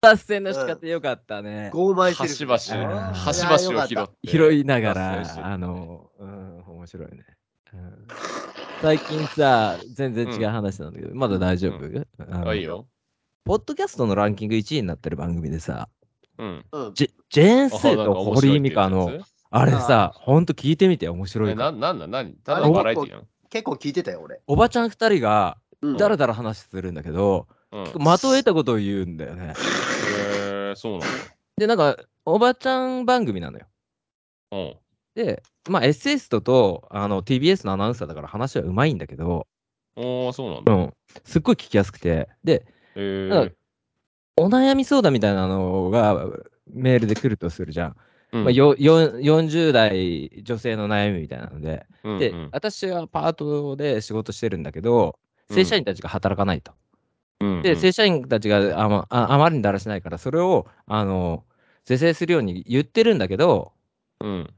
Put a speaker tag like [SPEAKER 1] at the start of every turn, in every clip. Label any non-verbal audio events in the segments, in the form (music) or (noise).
[SPEAKER 1] 達成の仕方よかったね。
[SPEAKER 2] 傲慢して
[SPEAKER 3] 端
[SPEAKER 2] る。
[SPEAKER 3] 々、
[SPEAKER 1] あー
[SPEAKER 3] 端
[SPEAKER 2] いや
[SPEAKER 3] 々を
[SPEAKER 2] ー
[SPEAKER 3] 拾
[SPEAKER 2] よ
[SPEAKER 3] っ
[SPEAKER 2] か
[SPEAKER 3] て。
[SPEAKER 1] 拾いなが
[SPEAKER 3] 達成してる
[SPEAKER 1] ら、
[SPEAKER 3] ね
[SPEAKER 1] あの、うん、面白いね。うん最近さ、全然違う話なんだけど、まだ大丈夫、あの
[SPEAKER 3] あ、いいよ。
[SPEAKER 1] ポッドキャストのランキング1位になってる番組でさ、
[SPEAKER 3] うん。
[SPEAKER 2] うん。
[SPEAKER 1] ジェジェーン・
[SPEAKER 3] あ
[SPEAKER 1] セイ
[SPEAKER 3] なんか
[SPEAKER 1] と
[SPEAKER 3] 面
[SPEAKER 1] 堀
[SPEAKER 3] 白い
[SPEAKER 1] 井美香
[SPEAKER 3] って
[SPEAKER 1] の
[SPEAKER 3] や、
[SPEAKER 1] あれさ、ほんと聞いてみて、面
[SPEAKER 3] つ
[SPEAKER 1] 白
[SPEAKER 3] え
[SPEAKER 1] いから
[SPEAKER 3] な、なんだ、何ただのバラエティなの
[SPEAKER 2] 結構聞いてたよ、俺。
[SPEAKER 1] おばちゃん2人が、
[SPEAKER 2] うん
[SPEAKER 1] だらだら話するんだけど、
[SPEAKER 3] うん。
[SPEAKER 1] 的を得たことを言うんだよね。
[SPEAKER 3] へー、そうな
[SPEAKER 1] で、なんか、おばちゃん番組なのよ。
[SPEAKER 3] の
[SPEAKER 1] で、まあ、SS とと、あの、TBS のアナウンサーだから話はうまいんだけど、
[SPEAKER 3] うん。ああ、そうなん
[SPEAKER 1] う
[SPEAKER 3] だ。
[SPEAKER 1] ん、すっごい聞きやすくて、で、
[SPEAKER 3] へ
[SPEAKER 1] なん
[SPEAKER 3] ー
[SPEAKER 1] か。お悩み相談みたいなのがメールで来るとするじゃん。まあ、よよ40代女性の悩みみたいなので、
[SPEAKER 3] うん
[SPEAKER 1] で、
[SPEAKER 3] うん
[SPEAKER 1] 私はパートで仕事してるんだけど、正社員たちが働かないと。
[SPEAKER 3] うん、
[SPEAKER 1] で、
[SPEAKER 3] せ
[SPEAKER 1] 正社員たちがあまああまりにだらしないから、それをあの是正するように言ってるんだけど、
[SPEAKER 3] うん。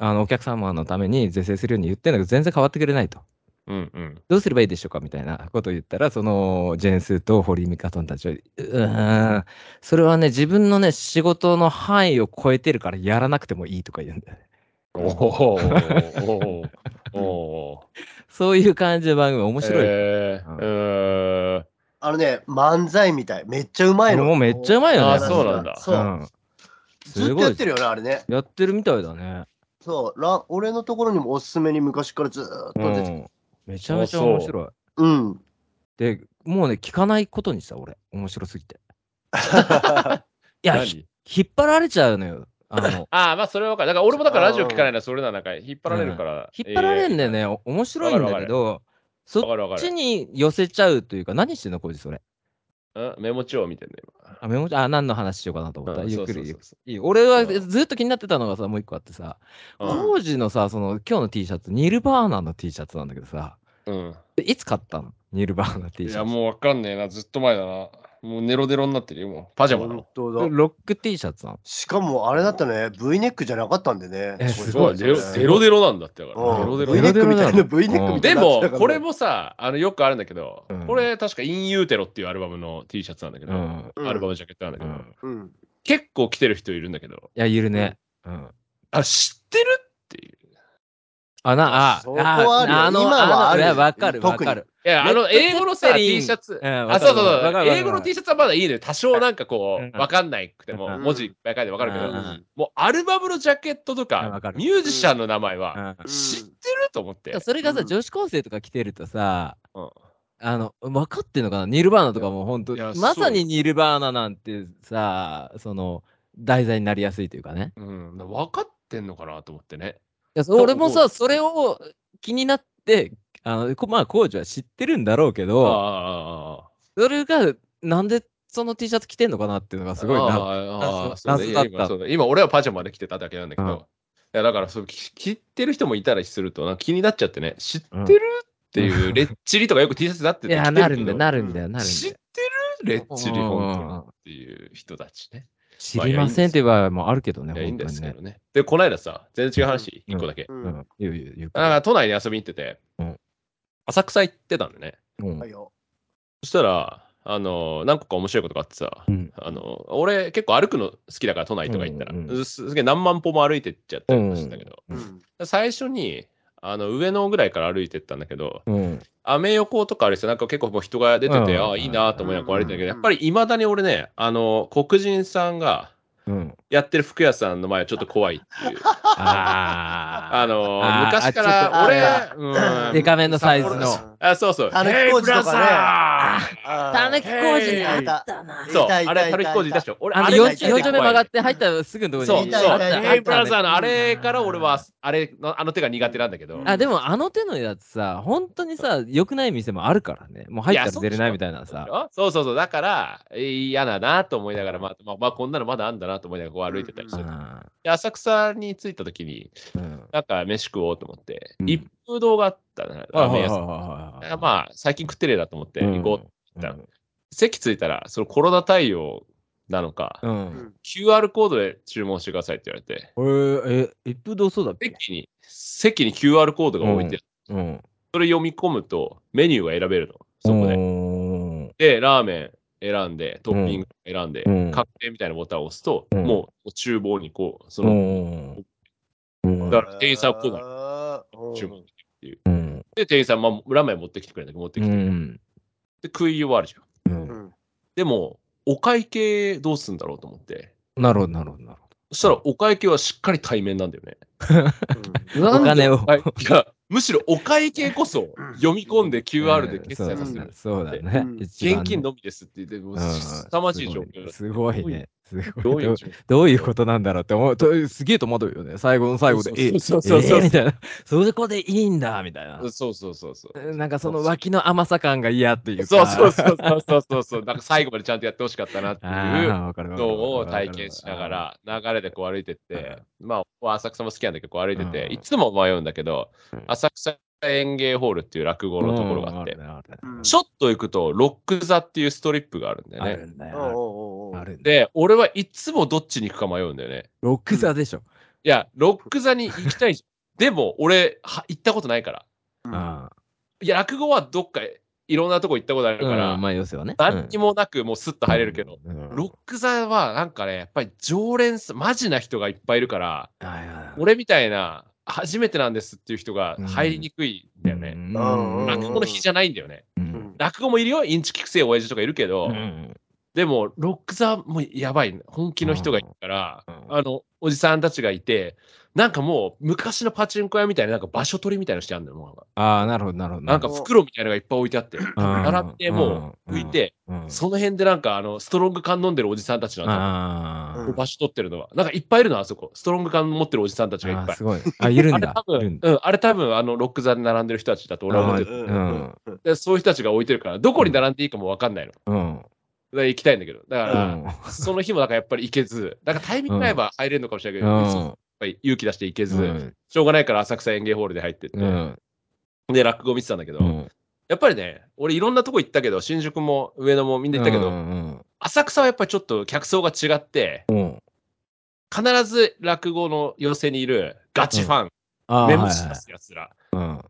[SPEAKER 1] あのお客様のために是正するように言ってるんだけど、全然変わってくれないと。
[SPEAKER 3] うんうん。
[SPEAKER 1] どうすればいいでしょうかみたいなことを言ったら、そのジェーンスーと堀井美香さんたちは、うーん、それはね、自分のね、仕事の範囲を超えてるからやらなくてもいいとか言うんだよね。 (laughs)
[SPEAKER 3] おおおーおお
[SPEAKER 1] そういう感じの番組、 (laughs) 面
[SPEAKER 3] 面
[SPEAKER 1] 白い。
[SPEAKER 3] えー
[SPEAKER 1] うん
[SPEAKER 3] え
[SPEAKER 2] あのね、漫才みたい。めっちゃうまいの。
[SPEAKER 1] もうめっちゃうまいよね。
[SPEAKER 3] あそうなんだ
[SPEAKER 2] そうう。
[SPEAKER 1] ん
[SPEAKER 2] ず
[SPEAKER 1] す
[SPEAKER 2] っとや
[SPEAKER 1] ご
[SPEAKER 2] っ
[SPEAKER 1] い
[SPEAKER 2] て。るよね、あれね。
[SPEAKER 1] やってるみたいだね。
[SPEAKER 2] そう。ら俺のところにもおすすめに昔からずーっ
[SPEAKER 1] う
[SPEAKER 2] と出て
[SPEAKER 1] ん、めちゃめちゃ面白い。
[SPEAKER 2] うん。
[SPEAKER 1] で、もうね、聞かないことにした、俺。面白すぎて。い
[SPEAKER 3] ー、
[SPEAKER 1] や、ひ
[SPEAKER 3] 何
[SPEAKER 1] 引っ張られちゃうのよ。あ
[SPEAKER 3] (laughs)
[SPEAKER 1] の
[SPEAKER 3] ああ、まあそれは分かる。だから俺もだからラジオ聞かないな、それな、なんか引っ張られるから。
[SPEAKER 1] 引っ張られるんだよ
[SPEAKER 3] え
[SPEAKER 1] ね。お面白いんだけど、
[SPEAKER 3] ー。分
[SPEAKER 1] そっ
[SPEAKER 3] かる分か
[SPEAKER 1] ち
[SPEAKER 3] る
[SPEAKER 1] に寄せちゃうというか、何してんの、こいつそれ。
[SPEAKER 3] うん。メモ帳を見てんだよ
[SPEAKER 1] あ、メモあ、何の話しようかなと思った。
[SPEAKER 3] うん
[SPEAKER 1] ゆっ
[SPEAKER 3] そう
[SPEAKER 1] く
[SPEAKER 3] そう
[SPEAKER 1] りゆっ
[SPEAKER 3] そう
[SPEAKER 1] く
[SPEAKER 3] そ
[SPEAKER 1] り。俺は
[SPEAKER 3] うん
[SPEAKER 1] ずっと気になってたのがさ、もう一個あってさ、
[SPEAKER 3] う
[SPEAKER 1] コージのさ、その今日の T シャツ、ニルバーナの T シャツなんだけどさ、
[SPEAKER 3] うん。
[SPEAKER 1] でいつ買ったのニルバーナ T
[SPEAKER 3] い
[SPEAKER 1] シャツ。
[SPEAKER 3] や、もう分かんねえな。ずっと前だな。もうネロデロになってるよ、もう。パジャマだもん
[SPEAKER 2] 本。当だ。
[SPEAKER 1] ロック T シャツなの。
[SPEAKER 2] しかもあれだったね、V ネックじゃなかったんでね。
[SPEAKER 1] え
[SPEAKER 2] これ
[SPEAKER 1] す
[SPEAKER 3] す
[SPEAKER 1] ご
[SPEAKER 3] ご
[SPEAKER 1] い
[SPEAKER 3] い、
[SPEAKER 2] そ
[SPEAKER 3] デ
[SPEAKER 2] う
[SPEAKER 3] ロ
[SPEAKER 2] だね
[SPEAKER 3] デロデロなんだってだか
[SPEAKER 2] う
[SPEAKER 3] ら。
[SPEAKER 2] ん
[SPEAKER 3] デロデロ
[SPEAKER 2] V ネックみたいな、
[SPEAKER 1] うん
[SPEAKER 2] V ネックみたいになってた
[SPEAKER 3] でも
[SPEAKER 2] か、ら
[SPEAKER 3] これ、もさ、あのよくあるんだけど
[SPEAKER 1] うん、
[SPEAKER 3] これ確かインユーテロっていうアルバムの T シャツなんだけ
[SPEAKER 1] う
[SPEAKER 3] ど、
[SPEAKER 1] ん。
[SPEAKER 2] うん
[SPEAKER 3] アルバムジャケットなんだ
[SPEAKER 1] う
[SPEAKER 3] けど、
[SPEAKER 1] ん。
[SPEAKER 2] うん。
[SPEAKER 3] 結構来てる人いるんだけど、
[SPEAKER 1] いや、いるね。うん。
[SPEAKER 3] あ、知ってるっていう。
[SPEAKER 1] あ、な、あ、
[SPEAKER 2] そこはあるよ
[SPEAKER 1] ああの、
[SPEAKER 2] 今はある
[SPEAKER 1] いやわかる、わ
[SPEAKER 2] 特に
[SPEAKER 1] かる。
[SPEAKER 3] いや、あの、
[SPEAKER 1] レッド
[SPEAKER 3] 英語の
[SPEAKER 1] ツ
[SPEAKER 3] さ、
[SPEAKER 1] ェペリン
[SPEAKER 3] T シャツ。
[SPEAKER 1] うん
[SPEAKER 3] あ、そうそう
[SPEAKER 1] わか
[SPEAKER 3] そ
[SPEAKER 1] るわか
[SPEAKER 3] う。
[SPEAKER 1] るわかる
[SPEAKER 3] 英語の T シャツはまだいいのよ。多少なんかこ
[SPEAKER 1] うん
[SPEAKER 3] う、わかんないくても、
[SPEAKER 1] うん
[SPEAKER 3] 文字いっぱい書いてわかるけ
[SPEAKER 1] う
[SPEAKER 3] ど、
[SPEAKER 1] ん
[SPEAKER 3] もうアルバムのジャケットと
[SPEAKER 1] うんわ
[SPEAKER 3] か
[SPEAKER 1] か、る
[SPEAKER 3] ミュージシャンの名前
[SPEAKER 1] うん
[SPEAKER 3] は、知ってると思って
[SPEAKER 1] でも。それがさ、
[SPEAKER 2] うん
[SPEAKER 1] 女子高生とか来てるとさ、
[SPEAKER 3] うん
[SPEAKER 1] あの、分かってんのかなニルバーナとかも本当
[SPEAKER 3] いや
[SPEAKER 1] まさ
[SPEAKER 3] そう
[SPEAKER 1] にニルバーナなんてさ、その、題材になりやすいというかね。
[SPEAKER 3] うん、分かってんのかなと思ってね。
[SPEAKER 1] いやそ俺も
[SPEAKER 3] そ
[SPEAKER 1] さ、
[SPEAKER 3] う
[SPEAKER 1] それを気になって、あのこまあ、工事は知ってるんだろうけ
[SPEAKER 3] ああ
[SPEAKER 1] ど、
[SPEAKER 3] ああああ、
[SPEAKER 1] それが、なんでその T シャツ着てんのかなっていうのがすごい
[SPEAKER 3] あ
[SPEAKER 1] な。
[SPEAKER 3] あああ
[SPEAKER 1] 謎
[SPEAKER 3] そうね
[SPEAKER 1] 謎だった
[SPEAKER 3] 今そうね今俺はパジャマで着てただけなんだけど、
[SPEAKER 1] うん
[SPEAKER 3] いやだからそうき着てる人もいたりするとなんか気になっちゃってね知ってるって
[SPEAKER 1] (laughs)
[SPEAKER 3] いう、レッチリとかよく T シャツだって
[SPEAKER 1] い
[SPEAKER 3] 言っ
[SPEAKER 1] や、
[SPEAKER 3] て着て
[SPEAKER 1] な
[SPEAKER 3] け
[SPEAKER 1] るんだ
[SPEAKER 3] ど
[SPEAKER 1] よ、なるんだよ、なるんだ
[SPEAKER 3] 知っ
[SPEAKER 1] よ
[SPEAKER 3] て。るレッチリ
[SPEAKER 1] うんうんうん
[SPEAKER 3] 本当にっていう人たちね。
[SPEAKER 1] 知りませんっていう場合もあるけどね、
[SPEAKER 3] いやいい
[SPEAKER 1] 本
[SPEAKER 3] ん
[SPEAKER 1] 当
[SPEAKER 3] で
[SPEAKER 1] に
[SPEAKER 3] すけ
[SPEAKER 1] ね。
[SPEAKER 3] どね。でこないださ全然違う話
[SPEAKER 1] うん
[SPEAKER 3] 一個だけ。
[SPEAKER 2] う。
[SPEAKER 1] うんん、ゆうゆうゆう
[SPEAKER 3] あなんか都内に遊びに行ってて、
[SPEAKER 1] うん
[SPEAKER 3] 浅草行ってたんでね。
[SPEAKER 1] うん
[SPEAKER 2] はいよ。
[SPEAKER 3] そしたら、あの何個か面白いことがあってさ、
[SPEAKER 1] うん
[SPEAKER 3] あの俺結構歩くの好きだから都内とか行ったら、
[SPEAKER 1] うんうんうん
[SPEAKER 3] すすげえ何万歩も歩いてっちゃったりもしてたけど、
[SPEAKER 1] う
[SPEAKER 2] うんん。
[SPEAKER 3] 最初にあの上野ぐらいから歩いてったんだけど
[SPEAKER 1] うん。
[SPEAKER 3] アメ横とかあれさなんか結構もう人が出てて、
[SPEAKER 1] うん
[SPEAKER 3] ああいいなと思いながら歩いてたけど、
[SPEAKER 2] うん
[SPEAKER 3] やっぱりいまだに俺ねあの黒人さんが (laughs)
[SPEAKER 1] うん。
[SPEAKER 3] やってる服屋さんの前はちょっと怖いって
[SPEAKER 1] (laughs)
[SPEAKER 3] いう。
[SPEAKER 1] あ
[SPEAKER 3] あの
[SPEAKER 1] あー
[SPEAKER 3] 昔か
[SPEAKER 1] あ
[SPEAKER 3] ら
[SPEAKER 1] ち
[SPEAKER 3] 俺、うん、
[SPEAKER 1] デカめのサイズ
[SPEAKER 2] うん
[SPEAKER 1] の。
[SPEAKER 3] あ、そうそう。
[SPEAKER 2] 狸
[SPEAKER 3] ヘイ
[SPEAKER 2] 小路とかね
[SPEAKER 3] ブラザ
[SPEAKER 1] (laughs)
[SPEAKER 3] ー
[SPEAKER 2] あー
[SPEAKER 1] たぬき工事にあったな。
[SPEAKER 2] い
[SPEAKER 3] そう、
[SPEAKER 2] たい
[SPEAKER 3] あ
[SPEAKER 2] たいた
[SPEAKER 3] れ、
[SPEAKER 2] い
[SPEAKER 3] たぬき工事いたでしょ。俺、
[SPEAKER 1] あの
[SPEAKER 3] あれ
[SPEAKER 2] よ
[SPEAKER 3] が
[SPEAKER 1] 4
[SPEAKER 3] 一
[SPEAKER 2] じ
[SPEAKER 3] 番
[SPEAKER 1] 丁目曲がって入ったらすぐのとこ
[SPEAKER 3] そ
[SPEAKER 1] ろ
[SPEAKER 3] う、
[SPEAKER 1] に。
[SPEAKER 2] た
[SPEAKER 3] そ、
[SPEAKER 2] いうたいたい
[SPEAKER 3] ヘイブラザーのあれから俺は、あれの、あの手が苦手なんだけど。
[SPEAKER 1] あでもあの手のやつさ、本当にさ、良くない店もあるからね。もう入ったら
[SPEAKER 3] いやそう
[SPEAKER 1] 出れないみたいなさ。
[SPEAKER 3] そうそうそう、だから、えー嫌だなと思いながら、まあ、まあ、まあ、こんなのまだあんだなと思いながらこう歩いてたりし
[SPEAKER 1] う
[SPEAKER 3] て、
[SPEAKER 1] ん
[SPEAKER 3] で浅草に着いた時に、
[SPEAKER 1] うん
[SPEAKER 3] なんか飯食おうと思って、
[SPEAKER 1] うん
[SPEAKER 3] 一風堂があったな、ラーメン屋さん
[SPEAKER 1] はいはいはいはいはい
[SPEAKER 3] まあ、最近食ってねえなと思って、行こう。
[SPEAKER 1] うん
[SPEAKER 3] 行席着いたら、そのコロナ対応なのか、
[SPEAKER 1] う。
[SPEAKER 2] うんん
[SPEAKER 3] QR コードで注文してくださいって言われて、
[SPEAKER 1] えーえ、一風堂そうだっけ
[SPEAKER 3] 席に、席に QR コードが置いてあって
[SPEAKER 1] うん。
[SPEAKER 3] それ読み込むとメニューが選べるの、そこで。
[SPEAKER 1] で。
[SPEAKER 3] で、ラーメン、選んで、トッピング選んで、
[SPEAKER 1] うん
[SPEAKER 3] 確定みたいなボタンを押すと、
[SPEAKER 1] うん
[SPEAKER 3] もう厨房にこう、その、
[SPEAKER 1] うんうん
[SPEAKER 3] だから店員さんはこうだ
[SPEAKER 2] だ。
[SPEAKER 3] 注文
[SPEAKER 1] うん
[SPEAKER 3] で、店員さん、まあ、ラーメン持ってきてくれるんだけど、持って
[SPEAKER 1] う
[SPEAKER 3] きて、で、
[SPEAKER 1] ん
[SPEAKER 3] 食い終わるじゃん。
[SPEAKER 1] うん
[SPEAKER 2] うん
[SPEAKER 3] でも、お会計どうすんだろうと思って、
[SPEAKER 1] なるほどなるほどなる
[SPEAKER 3] そしたらお会計はしっかり対面なんだよね。
[SPEAKER 1] ほどお
[SPEAKER 3] なんで
[SPEAKER 1] 金を (laughs)
[SPEAKER 3] はい、いや、むしろお会計こそ
[SPEAKER 2] うん
[SPEAKER 3] 読み込んで QR で
[SPEAKER 1] うん
[SPEAKER 3] 決済させる。
[SPEAKER 1] そうだねそうだね
[SPEAKER 2] うん
[SPEAKER 1] 一番ね
[SPEAKER 3] 現金のみですって言って、もう
[SPEAKER 1] うん
[SPEAKER 3] 凄まじい状況だ
[SPEAKER 1] すごいねすごい
[SPEAKER 3] どういう
[SPEAKER 1] どうどういうことなんだろうって思うとすげえ戸惑うよね最後 (laughs) の最後でえ
[SPEAKER 3] そう
[SPEAKER 1] え
[SPEAKER 3] そうそう
[SPEAKER 1] ーみたいなそこでいいんだみたいな
[SPEAKER 3] そうそうそうそう。
[SPEAKER 1] なんかその脇の甘さ感が嫌っていうか
[SPEAKER 3] そうそうそうそうそうそうそう。なんか最後までちゃんとやってほしかったなっていう
[SPEAKER 1] あーわかるわかるわかる
[SPEAKER 3] のを体験しながら、流れでこう歩いてって、まあ、浅草も好きなんだけど、こう歩いてて
[SPEAKER 1] う、ん
[SPEAKER 3] いつも迷うんだけど
[SPEAKER 1] うん、
[SPEAKER 3] 浅草演芸ホールっていう落語のところがあって、
[SPEAKER 1] うんあるねあるね
[SPEAKER 3] ちょっと行くと、ロック座っていうストリップがあるんだよ
[SPEAKER 1] あ
[SPEAKER 3] ね
[SPEAKER 1] る。んだ
[SPEAKER 2] うんおう
[SPEAKER 1] よ
[SPEAKER 2] おうおう
[SPEAKER 1] あるんだよ
[SPEAKER 3] で、俺はいつもどっちに行くか迷うんだよね。
[SPEAKER 1] ロック座でしょ
[SPEAKER 3] いや、ロック座に行きた
[SPEAKER 1] (laughs)
[SPEAKER 3] いじゃん。でも、俺は、行ったことないから。
[SPEAKER 2] うん
[SPEAKER 1] あ
[SPEAKER 3] いや、落語はどっかいろんなとこ行ったことある
[SPEAKER 1] ー
[SPEAKER 3] から、
[SPEAKER 1] うんまあ要するにね
[SPEAKER 3] 何にもなく、もうスッと入れるけど、
[SPEAKER 1] うん
[SPEAKER 3] ロック座はなんかね、やっぱり常連さん、マジな人がいっぱいいるから、
[SPEAKER 1] はいはいはい
[SPEAKER 3] 俺みたいな、初めてなんですっていう人が入りにくいんだよね。
[SPEAKER 1] うん
[SPEAKER 2] うん
[SPEAKER 3] 落語の日じゃないんだよね。
[SPEAKER 1] うん
[SPEAKER 2] うん
[SPEAKER 3] 落語もいるよ、インチキくせえ親父とかいるけど、
[SPEAKER 1] うん
[SPEAKER 3] でも、ロック座もやばいね、本気の人がいるから、
[SPEAKER 1] うん
[SPEAKER 3] あの、おじさんたちがいて、なんかもう、昔のパチンコ屋みたいな、なんか場所取りみたいなのしてあるのよ、も
[SPEAKER 1] ああなるほどなるほど
[SPEAKER 3] うなんか
[SPEAKER 2] うん
[SPEAKER 3] 袋みたいなのがいっぱい置いてあって、
[SPEAKER 1] うん
[SPEAKER 3] 並ってもう
[SPEAKER 1] うん
[SPEAKER 3] 浮いて、
[SPEAKER 1] うん
[SPEAKER 3] その辺でなんか、あの、ストロング缶飲んでるおじさんたちなん
[SPEAKER 1] あー
[SPEAKER 2] う
[SPEAKER 3] だ
[SPEAKER 2] ん
[SPEAKER 3] 場所取ってるのは。なんかいっぱいいるの、あそこ。ストロング缶持ってるおじさんたちがい
[SPEAKER 1] あ
[SPEAKER 3] っぱ
[SPEAKER 1] ー
[SPEAKER 3] い
[SPEAKER 1] す。ごいあいる
[SPEAKER 3] あ
[SPEAKER 1] ん
[SPEAKER 3] れ
[SPEAKER 1] だ
[SPEAKER 3] 多
[SPEAKER 1] いる
[SPEAKER 3] 分
[SPEAKER 1] ん、だ
[SPEAKER 3] うん、あれ多分、あの、ロック座で並んでる人たちだと俺は思ってる。
[SPEAKER 2] うん
[SPEAKER 1] うん
[SPEAKER 3] でそういう人たちが置いてるから、どこに並んでいいかもわかんないの。だか
[SPEAKER 1] うん
[SPEAKER 3] ら行きたいんだけど。だから、
[SPEAKER 1] うん
[SPEAKER 3] その日もなんかやっぱり行けず、なんかタイミング合えば入れるのかもしれないけど、いつもやっぱり勇気出して行けず、
[SPEAKER 1] うん
[SPEAKER 3] しょうがないから浅草園芸ホールで入ってって、
[SPEAKER 1] うん
[SPEAKER 3] で、落語見てたんだけど、
[SPEAKER 1] うん
[SPEAKER 3] やっぱりね、俺いろんなとこ行ったけど、新宿も上野もみんな行ったけど、
[SPEAKER 1] うん
[SPEAKER 3] 浅草はやっぱりちょっと客層が違って、
[SPEAKER 1] うん
[SPEAKER 3] 必ず落語の寄せにいるガチファン、
[SPEAKER 1] あー
[SPEAKER 3] メモし出すやつら、
[SPEAKER 1] はいはい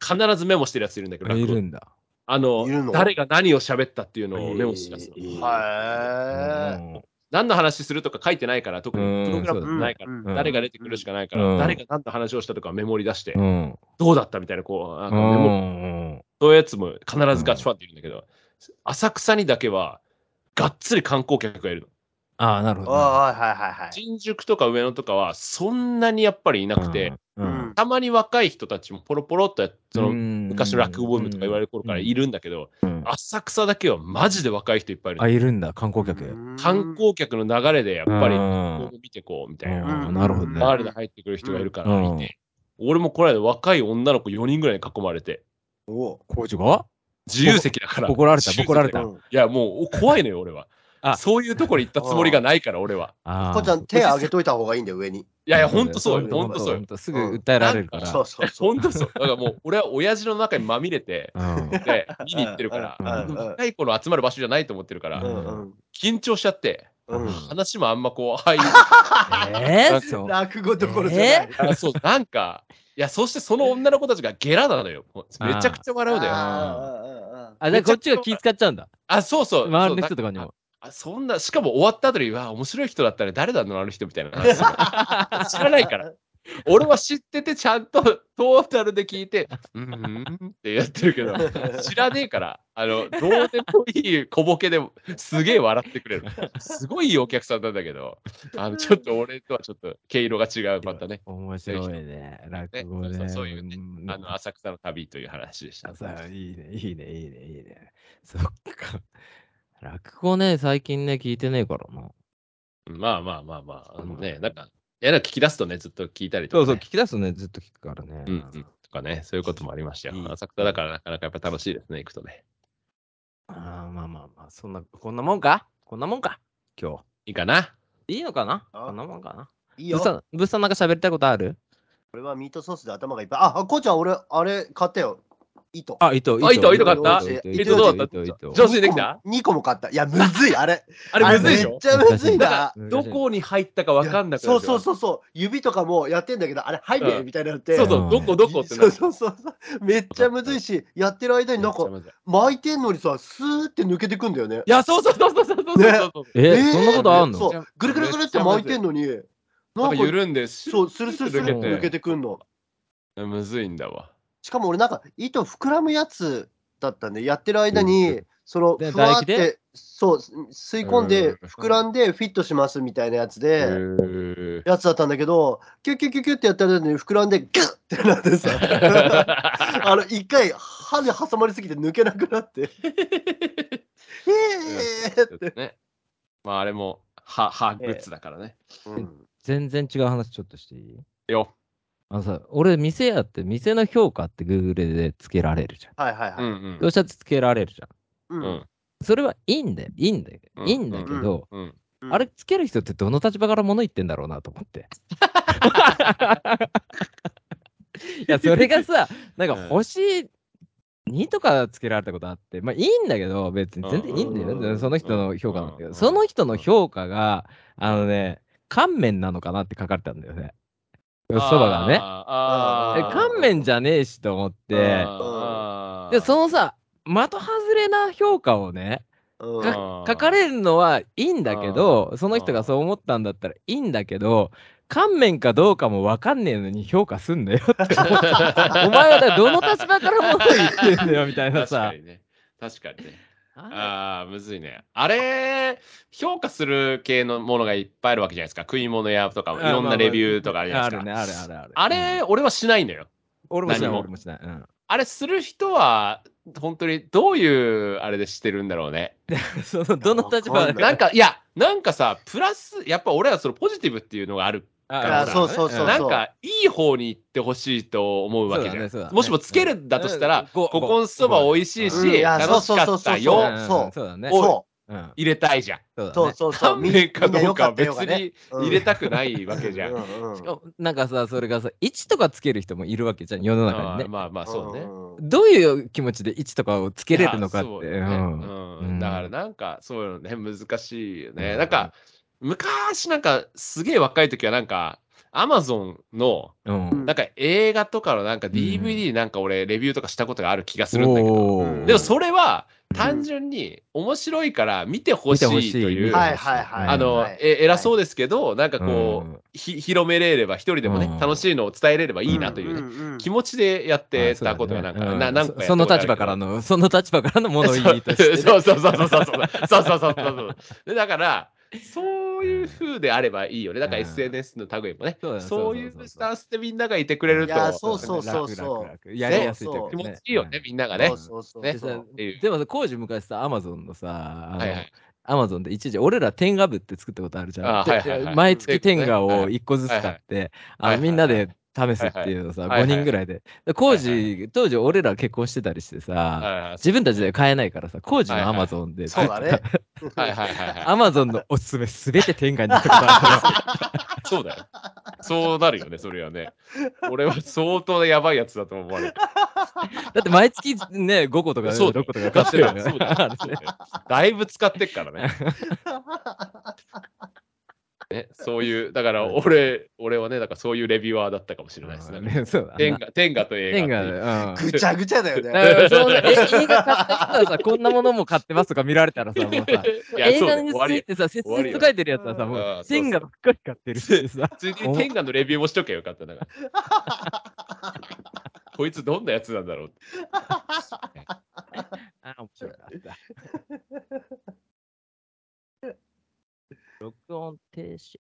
[SPEAKER 3] 必ずメモしてるやついるんだけど、
[SPEAKER 1] うんい
[SPEAKER 3] 落語
[SPEAKER 1] るんだ
[SPEAKER 3] あ
[SPEAKER 2] いるの
[SPEAKER 3] の、誰が何を喋ったっていうのをメモし出すの。
[SPEAKER 1] えー
[SPEAKER 2] は
[SPEAKER 3] 何の話するとか書いてないから、特にプログラム
[SPEAKER 2] い
[SPEAKER 1] ー
[SPEAKER 3] もないから、
[SPEAKER 1] うん
[SPEAKER 3] 誰が出てくるしかないから、
[SPEAKER 1] うん
[SPEAKER 3] 誰が何の話をしたとかメモリ出して、
[SPEAKER 1] うん
[SPEAKER 3] どうだったみたいな、こう、なん
[SPEAKER 1] う
[SPEAKER 3] かメモ、
[SPEAKER 1] ん
[SPEAKER 3] そういうやつも必ずガチファンっているんだけど、浅草にだけは、がっつり観光客がいるの。
[SPEAKER 1] ああなるほ
[SPEAKER 2] お
[SPEAKER 1] ど
[SPEAKER 2] いはいはいはい。
[SPEAKER 3] 新宿とか上野とかは、そんなにやっぱりいなくて、
[SPEAKER 1] うんうん
[SPEAKER 3] たまに若い人たちもポロポロっとやっその、
[SPEAKER 1] うん
[SPEAKER 3] 昔の落語ブームとか言われる頃からいるんだけど、
[SPEAKER 1] うん
[SPEAKER 3] 浅草だけはマジで若い人いっぱいい
[SPEAKER 1] あ
[SPEAKER 3] る。
[SPEAKER 1] いるんだ観光客
[SPEAKER 3] 観光客の流れでやっぱり、こう見てこうみたいな。
[SPEAKER 1] うんなるほどね
[SPEAKER 3] バールで入ってくる人がいるから、
[SPEAKER 1] うん
[SPEAKER 3] いて俺もこの間若い女の子4人ぐらいに囲まれて、
[SPEAKER 2] お
[SPEAKER 1] 工事が
[SPEAKER 3] 自由席だから。
[SPEAKER 1] 怒られた
[SPEAKER 3] 自由席
[SPEAKER 1] 怒られ
[SPEAKER 3] だ
[SPEAKER 1] た
[SPEAKER 3] からいや、もう怖いのよ、俺は。
[SPEAKER 1] あ
[SPEAKER 3] そういうところに行ったつもりがないから、俺は。
[SPEAKER 1] あ
[SPEAKER 2] こちゃん手上げといた方がいいんだよ上に。
[SPEAKER 3] いやいや、ほんとそうよ、
[SPEAKER 2] そう
[SPEAKER 3] ほんとそうよ。
[SPEAKER 1] よすぐ訴えられるから
[SPEAKER 2] そうそうそ
[SPEAKER 3] ほ
[SPEAKER 2] う。
[SPEAKER 3] んとそう。だからもう、俺は親父の中にまみれて、
[SPEAKER 1] (laughs) うん
[SPEAKER 3] で見に行ってるから、
[SPEAKER 1] うん
[SPEAKER 2] うん
[SPEAKER 3] 若い子の集まる場所じゃないと思ってるから、
[SPEAKER 2] うんうん
[SPEAKER 3] 緊張しちゃって、
[SPEAKER 2] うん
[SPEAKER 3] 話もあんまこう、はい。
[SPEAKER 1] えーそう
[SPEAKER 2] 落語どころじゃない。
[SPEAKER 3] (laughs) あそう、なんか、いや、そしてその女の子たちがゲラなのよ。もうめちゃくちゃ笑うだよ。
[SPEAKER 2] あ
[SPEAKER 1] あじゃあこっちが気使っちゃうんだ
[SPEAKER 3] あ、そうそう。
[SPEAKER 1] 周りの
[SPEAKER 3] そ
[SPEAKER 1] 人
[SPEAKER 3] う
[SPEAKER 1] とかにも
[SPEAKER 3] あそんな、しかも終わった後に、わあ、面白い人だったね、誰だのあの人みたいな話す (laughs) る。知らないから。俺は知ってて、ちゃんとトータルで聞いて、うん、うんってやってるけど、知らねえから、あの、どうでもいい小ボケでも、すげえ笑ってくれる。すごいいいお客さんなんだけど、あの、ちょっと俺とはちょっと毛色が違う、またね。
[SPEAKER 1] 面白いね落語ね
[SPEAKER 3] そうそういうね
[SPEAKER 1] ん
[SPEAKER 3] あの、浅草の旅という話でした
[SPEAKER 1] あ。さあいいね、いいね、いいね、いいね。そっか。落語ね、最近ね、聞いてねえからな。
[SPEAKER 3] まあまあまあまあ、あのね、なんか、いや、なんか聞き出すとね、ずっと聞いたりと
[SPEAKER 1] そ
[SPEAKER 3] か、
[SPEAKER 1] う
[SPEAKER 3] ね。
[SPEAKER 1] そう、聞き出すとね、ずっと聞くからね。
[SPEAKER 3] うんうん、とかね、そういうこともありましたよ
[SPEAKER 1] いい。
[SPEAKER 3] 浅草だからなかなかやっぱ楽しいですね、行くとね。
[SPEAKER 1] あーまあまあまあ、そんな、こんなもんかこんなもんか今
[SPEAKER 3] いいかな
[SPEAKER 1] 日。いいのかな
[SPEAKER 2] あ
[SPEAKER 1] こんなもんかない
[SPEAKER 2] い
[SPEAKER 1] ぶっ
[SPEAKER 2] よ。
[SPEAKER 1] さん、ぶっさんなんか喋りたいことある
[SPEAKER 2] これはミートソースで頭がいっぱい。あ、こうちゃん、俺、あれ買ったよ。糸。
[SPEAKER 1] あ、糸、
[SPEAKER 3] あ糸糸買
[SPEAKER 2] った
[SPEAKER 3] 糸どうだった
[SPEAKER 1] 糸
[SPEAKER 3] 上手にできた
[SPEAKER 2] 2個も買った。いや、むずい、あれ。
[SPEAKER 3] あれむずいでし
[SPEAKER 2] め
[SPEAKER 3] ょ
[SPEAKER 2] っちゃむずいな。
[SPEAKER 3] どこに入ったかわかんなくな
[SPEAKER 2] そう
[SPEAKER 3] る
[SPEAKER 2] そう
[SPEAKER 3] う
[SPEAKER 2] そうそう。指とかもやってんだけど、あれ入んねえみたいになって。
[SPEAKER 3] そうそうどこどこって
[SPEAKER 2] そう
[SPEAKER 3] なる
[SPEAKER 2] そうそうそう。めっちゃむずいし、やってる間になんか巻いてんのにさ、スーって抜けてくんだよね。
[SPEAKER 3] いやそうそうそうそうそうそうそうそう
[SPEAKER 1] え
[SPEAKER 2] ー
[SPEAKER 1] そんなことあんの
[SPEAKER 2] そう。ぐるぐるぐるって巻いてんのに、
[SPEAKER 3] な
[SPEAKER 2] なんんか、
[SPEAKER 3] か緩んでス
[SPEAKER 2] そう、スルスルスル
[SPEAKER 1] 抜けて
[SPEAKER 2] 抜けてくんの。
[SPEAKER 3] むずいんだわ
[SPEAKER 2] しかも俺なんか糸膨らむやつだったんで、やってる間に、その、
[SPEAKER 1] で
[SPEAKER 2] ふわー
[SPEAKER 1] 唾
[SPEAKER 2] っ
[SPEAKER 1] 液で
[SPEAKER 2] て、そう、吸い込ん
[SPEAKER 3] う
[SPEAKER 2] で
[SPEAKER 3] ん、
[SPEAKER 2] 膨らんでフィットしますみたいなやつ
[SPEAKER 3] へ
[SPEAKER 2] で、
[SPEAKER 3] ー
[SPEAKER 2] やつだったんだけど、キュッキュッキュッキュッってやってる間に膨らんで、ギュッってなって
[SPEAKER 3] (laughs)
[SPEAKER 2] さ、あの、一回、歯で挟まりすぎて抜けなくな
[SPEAKER 3] (laughs)
[SPEAKER 2] って、えーって。
[SPEAKER 3] ねまああれも歯歯グッズだからね
[SPEAKER 2] うん
[SPEAKER 1] 全然違う話ちょっとしていい
[SPEAKER 3] よ
[SPEAKER 1] あのさ、俺、店やって、店の評価って Google でつけられるじゃん。
[SPEAKER 2] はいはい
[SPEAKER 3] うん
[SPEAKER 2] はい。
[SPEAKER 1] どうしたってつけられるじゃん。
[SPEAKER 2] う
[SPEAKER 3] うんうん
[SPEAKER 2] ん
[SPEAKER 1] それはいいんだよ。いいんだよ。
[SPEAKER 3] うん
[SPEAKER 1] いいんだけど、
[SPEAKER 3] うん
[SPEAKER 2] うん
[SPEAKER 1] あれつける人ってどの立場から物言ってんだろうなと思って。いや、それがさ、なんか
[SPEAKER 3] うん
[SPEAKER 1] 星2とかつけられたことあって、まあいいんだけど、別に全然いいんだよ。
[SPEAKER 2] うんうんうん
[SPEAKER 1] その人の評価なんだけ
[SPEAKER 3] うん
[SPEAKER 1] ど、その人の評価が、あのね、乾麺なのかなって書かれたんだよね。そばがね。
[SPEAKER 3] あー
[SPEAKER 1] え
[SPEAKER 3] あー
[SPEAKER 1] 乾麺じゃねえしと思って、
[SPEAKER 3] あ
[SPEAKER 1] で、
[SPEAKER 3] ー
[SPEAKER 1] そのさ、的外れな評価をね、
[SPEAKER 2] うん
[SPEAKER 1] か
[SPEAKER 3] うん
[SPEAKER 1] 書かれるのはいいんだけど、その人がそう思ったんだったらいいんだけど、乾麺かどうかもわかんねえのに評価すんなよって。 (laughs) お前はだからどの立場からも言ってんだよみたいな
[SPEAKER 3] 確
[SPEAKER 1] さ
[SPEAKER 3] か。にね確かにね
[SPEAKER 1] あ
[SPEAKER 3] ああむずいねあれ評価する系のものがいっぱいあるわけじゃないですか食い物屋とかもいろんなレビューとかあるじゃないです
[SPEAKER 1] る
[SPEAKER 3] か
[SPEAKER 1] ね、あるあるある。
[SPEAKER 3] あ
[SPEAKER 1] うん
[SPEAKER 3] れ俺はしないのよ
[SPEAKER 1] 俺もしない、
[SPEAKER 3] 何も
[SPEAKER 1] 俺もしない。うん (laughs)
[SPEAKER 3] あれする人は本当にどういうあれでしてるんだろうね
[SPEAKER 1] その、どの立場
[SPEAKER 2] わかん
[SPEAKER 3] なんかいやなんかさプラスやっぱ俺はそのポジティブっていうのがある
[SPEAKER 1] あ
[SPEAKER 3] あそう
[SPEAKER 2] そうそうん
[SPEAKER 3] なんかいい方に行ってほしいと思うわけじゃん、
[SPEAKER 1] そうだねそうだね
[SPEAKER 3] もしもつけるんだとしたら、
[SPEAKER 1] うん
[SPEAKER 3] ここんそば美味しいし、
[SPEAKER 2] うんいや
[SPEAKER 3] 楽しか
[SPEAKER 2] そうそう
[SPEAKER 3] っ
[SPEAKER 2] そ
[SPEAKER 3] た
[SPEAKER 2] うそう
[SPEAKER 3] よ
[SPEAKER 1] ん
[SPEAKER 2] そう
[SPEAKER 1] そうだね。
[SPEAKER 2] そ
[SPEAKER 1] うん
[SPEAKER 3] 入れたいじゃん
[SPEAKER 1] そう
[SPEAKER 2] う、そ
[SPEAKER 1] だ
[SPEAKER 2] う
[SPEAKER 1] ね
[SPEAKER 2] そうそう。
[SPEAKER 3] 乾 (laughs)
[SPEAKER 2] みんな
[SPEAKER 3] 麺かど
[SPEAKER 2] 良
[SPEAKER 3] うか
[SPEAKER 2] か
[SPEAKER 3] は
[SPEAKER 2] った
[SPEAKER 3] 別
[SPEAKER 2] よがね
[SPEAKER 3] に入れたくないわけじゃん
[SPEAKER 2] う。ん
[SPEAKER 1] しかもなんかさ、それがさ、1とかつける人もいるわけじゃん、世の中にね
[SPEAKER 3] あー。まあまあそうね。
[SPEAKER 2] ね。
[SPEAKER 1] どういう気持ちで位置とかをつけれるのかって。
[SPEAKER 3] いやそううだね
[SPEAKER 1] ん
[SPEAKER 3] うん
[SPEAKER 1] うん
[SPEAKER 3] だからなんかそういうのね難しいよ
[SPEAKER 1] う
[SPEAKER 3] ね。
[SPEAKER 1] ん
[SPEAKER 3] なんか昔なんかすげえ若い時はなんかアマゾンの
[SPEAKER 1] うん。
[SPEAKER 3] なんか映画とかのなんか DVD なんか俺レビューとかしたことがある気がするんだけど、でもそれは単純に面白いから見てほしいという、
[SPEAKER 2] はいはいはい
[SPEAKER 3] あの、
[SPEAKER 2] はい
[SPEAKER 3] え偉そうですけど、なんかこう、
[SPEAKER 1] うん
[SPEAKER 3] ひ広めれれば一人でもね、
[SPEAKER 1] うん
[SPEAKER 3] 楽しいのを伝えれればいいなというね、
[SPEAKER 2] ね
[SPEAKER 3] 気持ちでやってたことがなんか、ななんか
[SPEAKER 1] そその立場から
[SPEAKER 3] の
[SPEAKER 1] の、その立場からの物言いとしてね、
[SPEAKER 3] そうそうそうそうそうそうそうそうそうでだからそういう風であればいいよねだから
[SPEAKER 1] うん
[SPEAKER 3] SNS の類もね、
[SPEAKER 1] そうだね
[SPEAKER 3] そういう
[SPEAKER 1] そうそうそうそう
[SPEAKER 3] スタンスでみんながいてくれると
[SPEAKER 2] いやそうそう
[SPEAKER 1] 楽
[SPEAKER 2] そう
[SPEAKER 1] 楽楽やりやすいというか
[SPEAKER 3] 気持ちいいよね、。みんながね
[SPEAKER 2] そうそうそう
[SPEAKER 3] ね
[SPEAKER 2] そう
[SPEAKER 3] っていう
[SPEAKER 1] でもさ、工事昔さ、アマゾンのさ、あの
[SPEAKER 3] はいはい
[SPEAKER 1] アマゾンで一時、俺ら天下部って作ったことあるじゃん。
[SPEAKER 3] あはいはいはい
[SPEAKER 1] で毎月天下
[SPEAKER 3] はい
[SPEAKER 1] を
[SPEAKER 3] は
[SPEAKER 1] 1個ずつ買って、あの
[SPEAKER 3] はいはい
[SPEAKER 1] みんなで試すっていうのさ、
[SPEAKER 3] はいはい
[SPEAKER 1] 5人ぐらいで。で工事、当時俺ら結婚してたりしてさ、
[SPEAKER 3] はい
[SPEAKER 1] 自分たちで買えないからさ、工事
[SPEAKER 3] は
[SPEAKER 1] の
[SPEAKER 3] い
[SPEAKER 1] ア
[SPEAKER 3] はい
[SPEAKER 1] マゾンで、
[SPEAKER 2] そうだ
[SPEAKER 3] (laughs)
[SPEAKER 2] ね。
[SPEAKER 3] はいはいはいはい
[SPEAKER 1] アマゾンのおすすめすべて天下に行ったことあるか
[SPEAKER 3] (laughs)
[SPEAKER 1] ら
[SPEAKER 3] そうだよ。そうなるよね、それはね。俺は相当やばいやつだと思われる。
[SPEAKER 1] だって毎月ね、5個とか
[SPEAKER 3] そう
[SPEAKER 1] 6
[SPEAKER 3] だよ
[SPEAKER 1] 個とか買ってるよね。
[SPEAKER 3] そうだよそうだよだいぶ使ってっからね。ねそういう、だから俺、俺はね、だからそういうレビュアーだったかもしれないですね。
[SPEAKER 1] ねそうだ
[SPEAKER 3] 天
[SPEAKER 1] ね。
[SPEAKER 3] 下、天下と映画
[SPEAKER 1] 天下で。うん
[SPEAKER 3] っていう。
[SPEAKER 2] ぐちゃぐちゃだよ
[SPEAKER 3] (laughs)
[SPEAKER 1] だか
[SPEAKER 2] ね。
[SPEAKER 1] らそうねえ映画買った人はさ、こんなものも買ってますとか見られたらさ、もうさ、
[SPEAKER 3] いや、
[SPEAKER 1] 映
[SPEAKER 3] そう
[SPEAKER 1] 画
[SPEAKER 3] だよ
[SPEAKER 1] につ
[SPEAKER 3] 終わり
[SPEAKER 1] い
[SPEAKER 3] よ。
[SPEAKER 1] てさ、説
[SPEAKER 3] 終わり
[SPEAKER 1] 明
[SPEAKER 3] よ
[SPEAKER 1] と書いてるやつはさ、も
[SPEAKER 3] あ
[SPEAKER 1] う
[SPEAKER 3] あそうそう
[SPEAKER 1] 天下ばっかり買ってるしさ、
[SPEAKER 3] ついに天下のレビューもしときゃよかった。だから
[SPEAKER 1] (laughs)
[SPEAKER 3] こいつどんなやつなんだろうって
[SPEAKER 1] あ面白かった。録音停止。